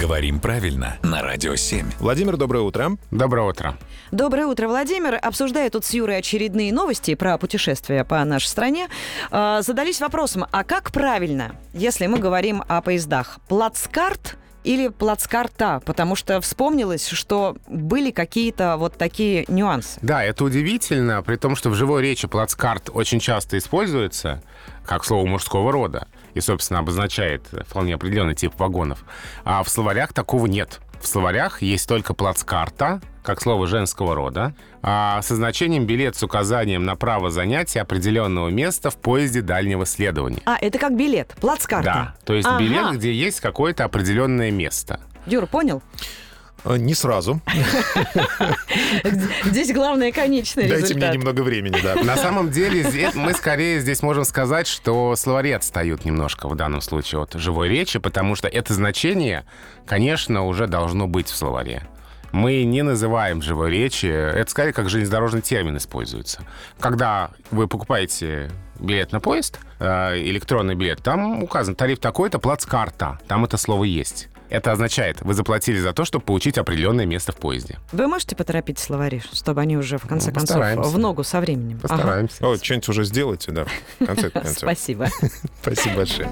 Говорим правильно на Радио 7. Владимир, доброе утро. Доброе утро. Доброе утро, Владимир. Обсуждая тут с Юрой очередные новости про путешествия по нашей стране, э, задались вопросом, а как правильно, если мы говорим о поездах? Плацкарт или плацкарта? Потому что вспомнилось, что были какие-то вот такие нюансы. Да, это удивительно, при том, что в живой речи плацкарт очень часто используется как слово мужского рода и, собственно, обозначает вполне определенный тип вагонов. А в словарях такого нет. В словарях есть только плацкарта, как слово женского рода, а со значением билет с указанием на право занятия определенного места в поезде дальнего следования. А, это как билет, плацкарта. Да, то есть Ага. билет, где есть какое-то определенное место. Юр, понял? Э, Не сразу. Здесь главное конечный Дайте мне результат. немного времени, да. На самом деле здесь- мы скорее здесь можем сказать, что словари отстают немножко в данном случае от живой речи, потому что это значение, конечно, уже должно быть в словаре. Мы не называем в живой речи, это скорее как железнодорожный термин используется. Когда вы покупаете билет на поезд, э, электронный билет, там указан тариф такой-то, плацкарта, там это слово есть. Это означает, вы заплатили за то, чтобы получить определенное место в поезде. Вы можете поторопить словари, чтобы они уже, в конце Ну, концов, постараемся. в ногу со временем? Ага. Постараемся. О, что-нибудь уже сделайте, да, в конце концов. Спасибо. Спасибо большое.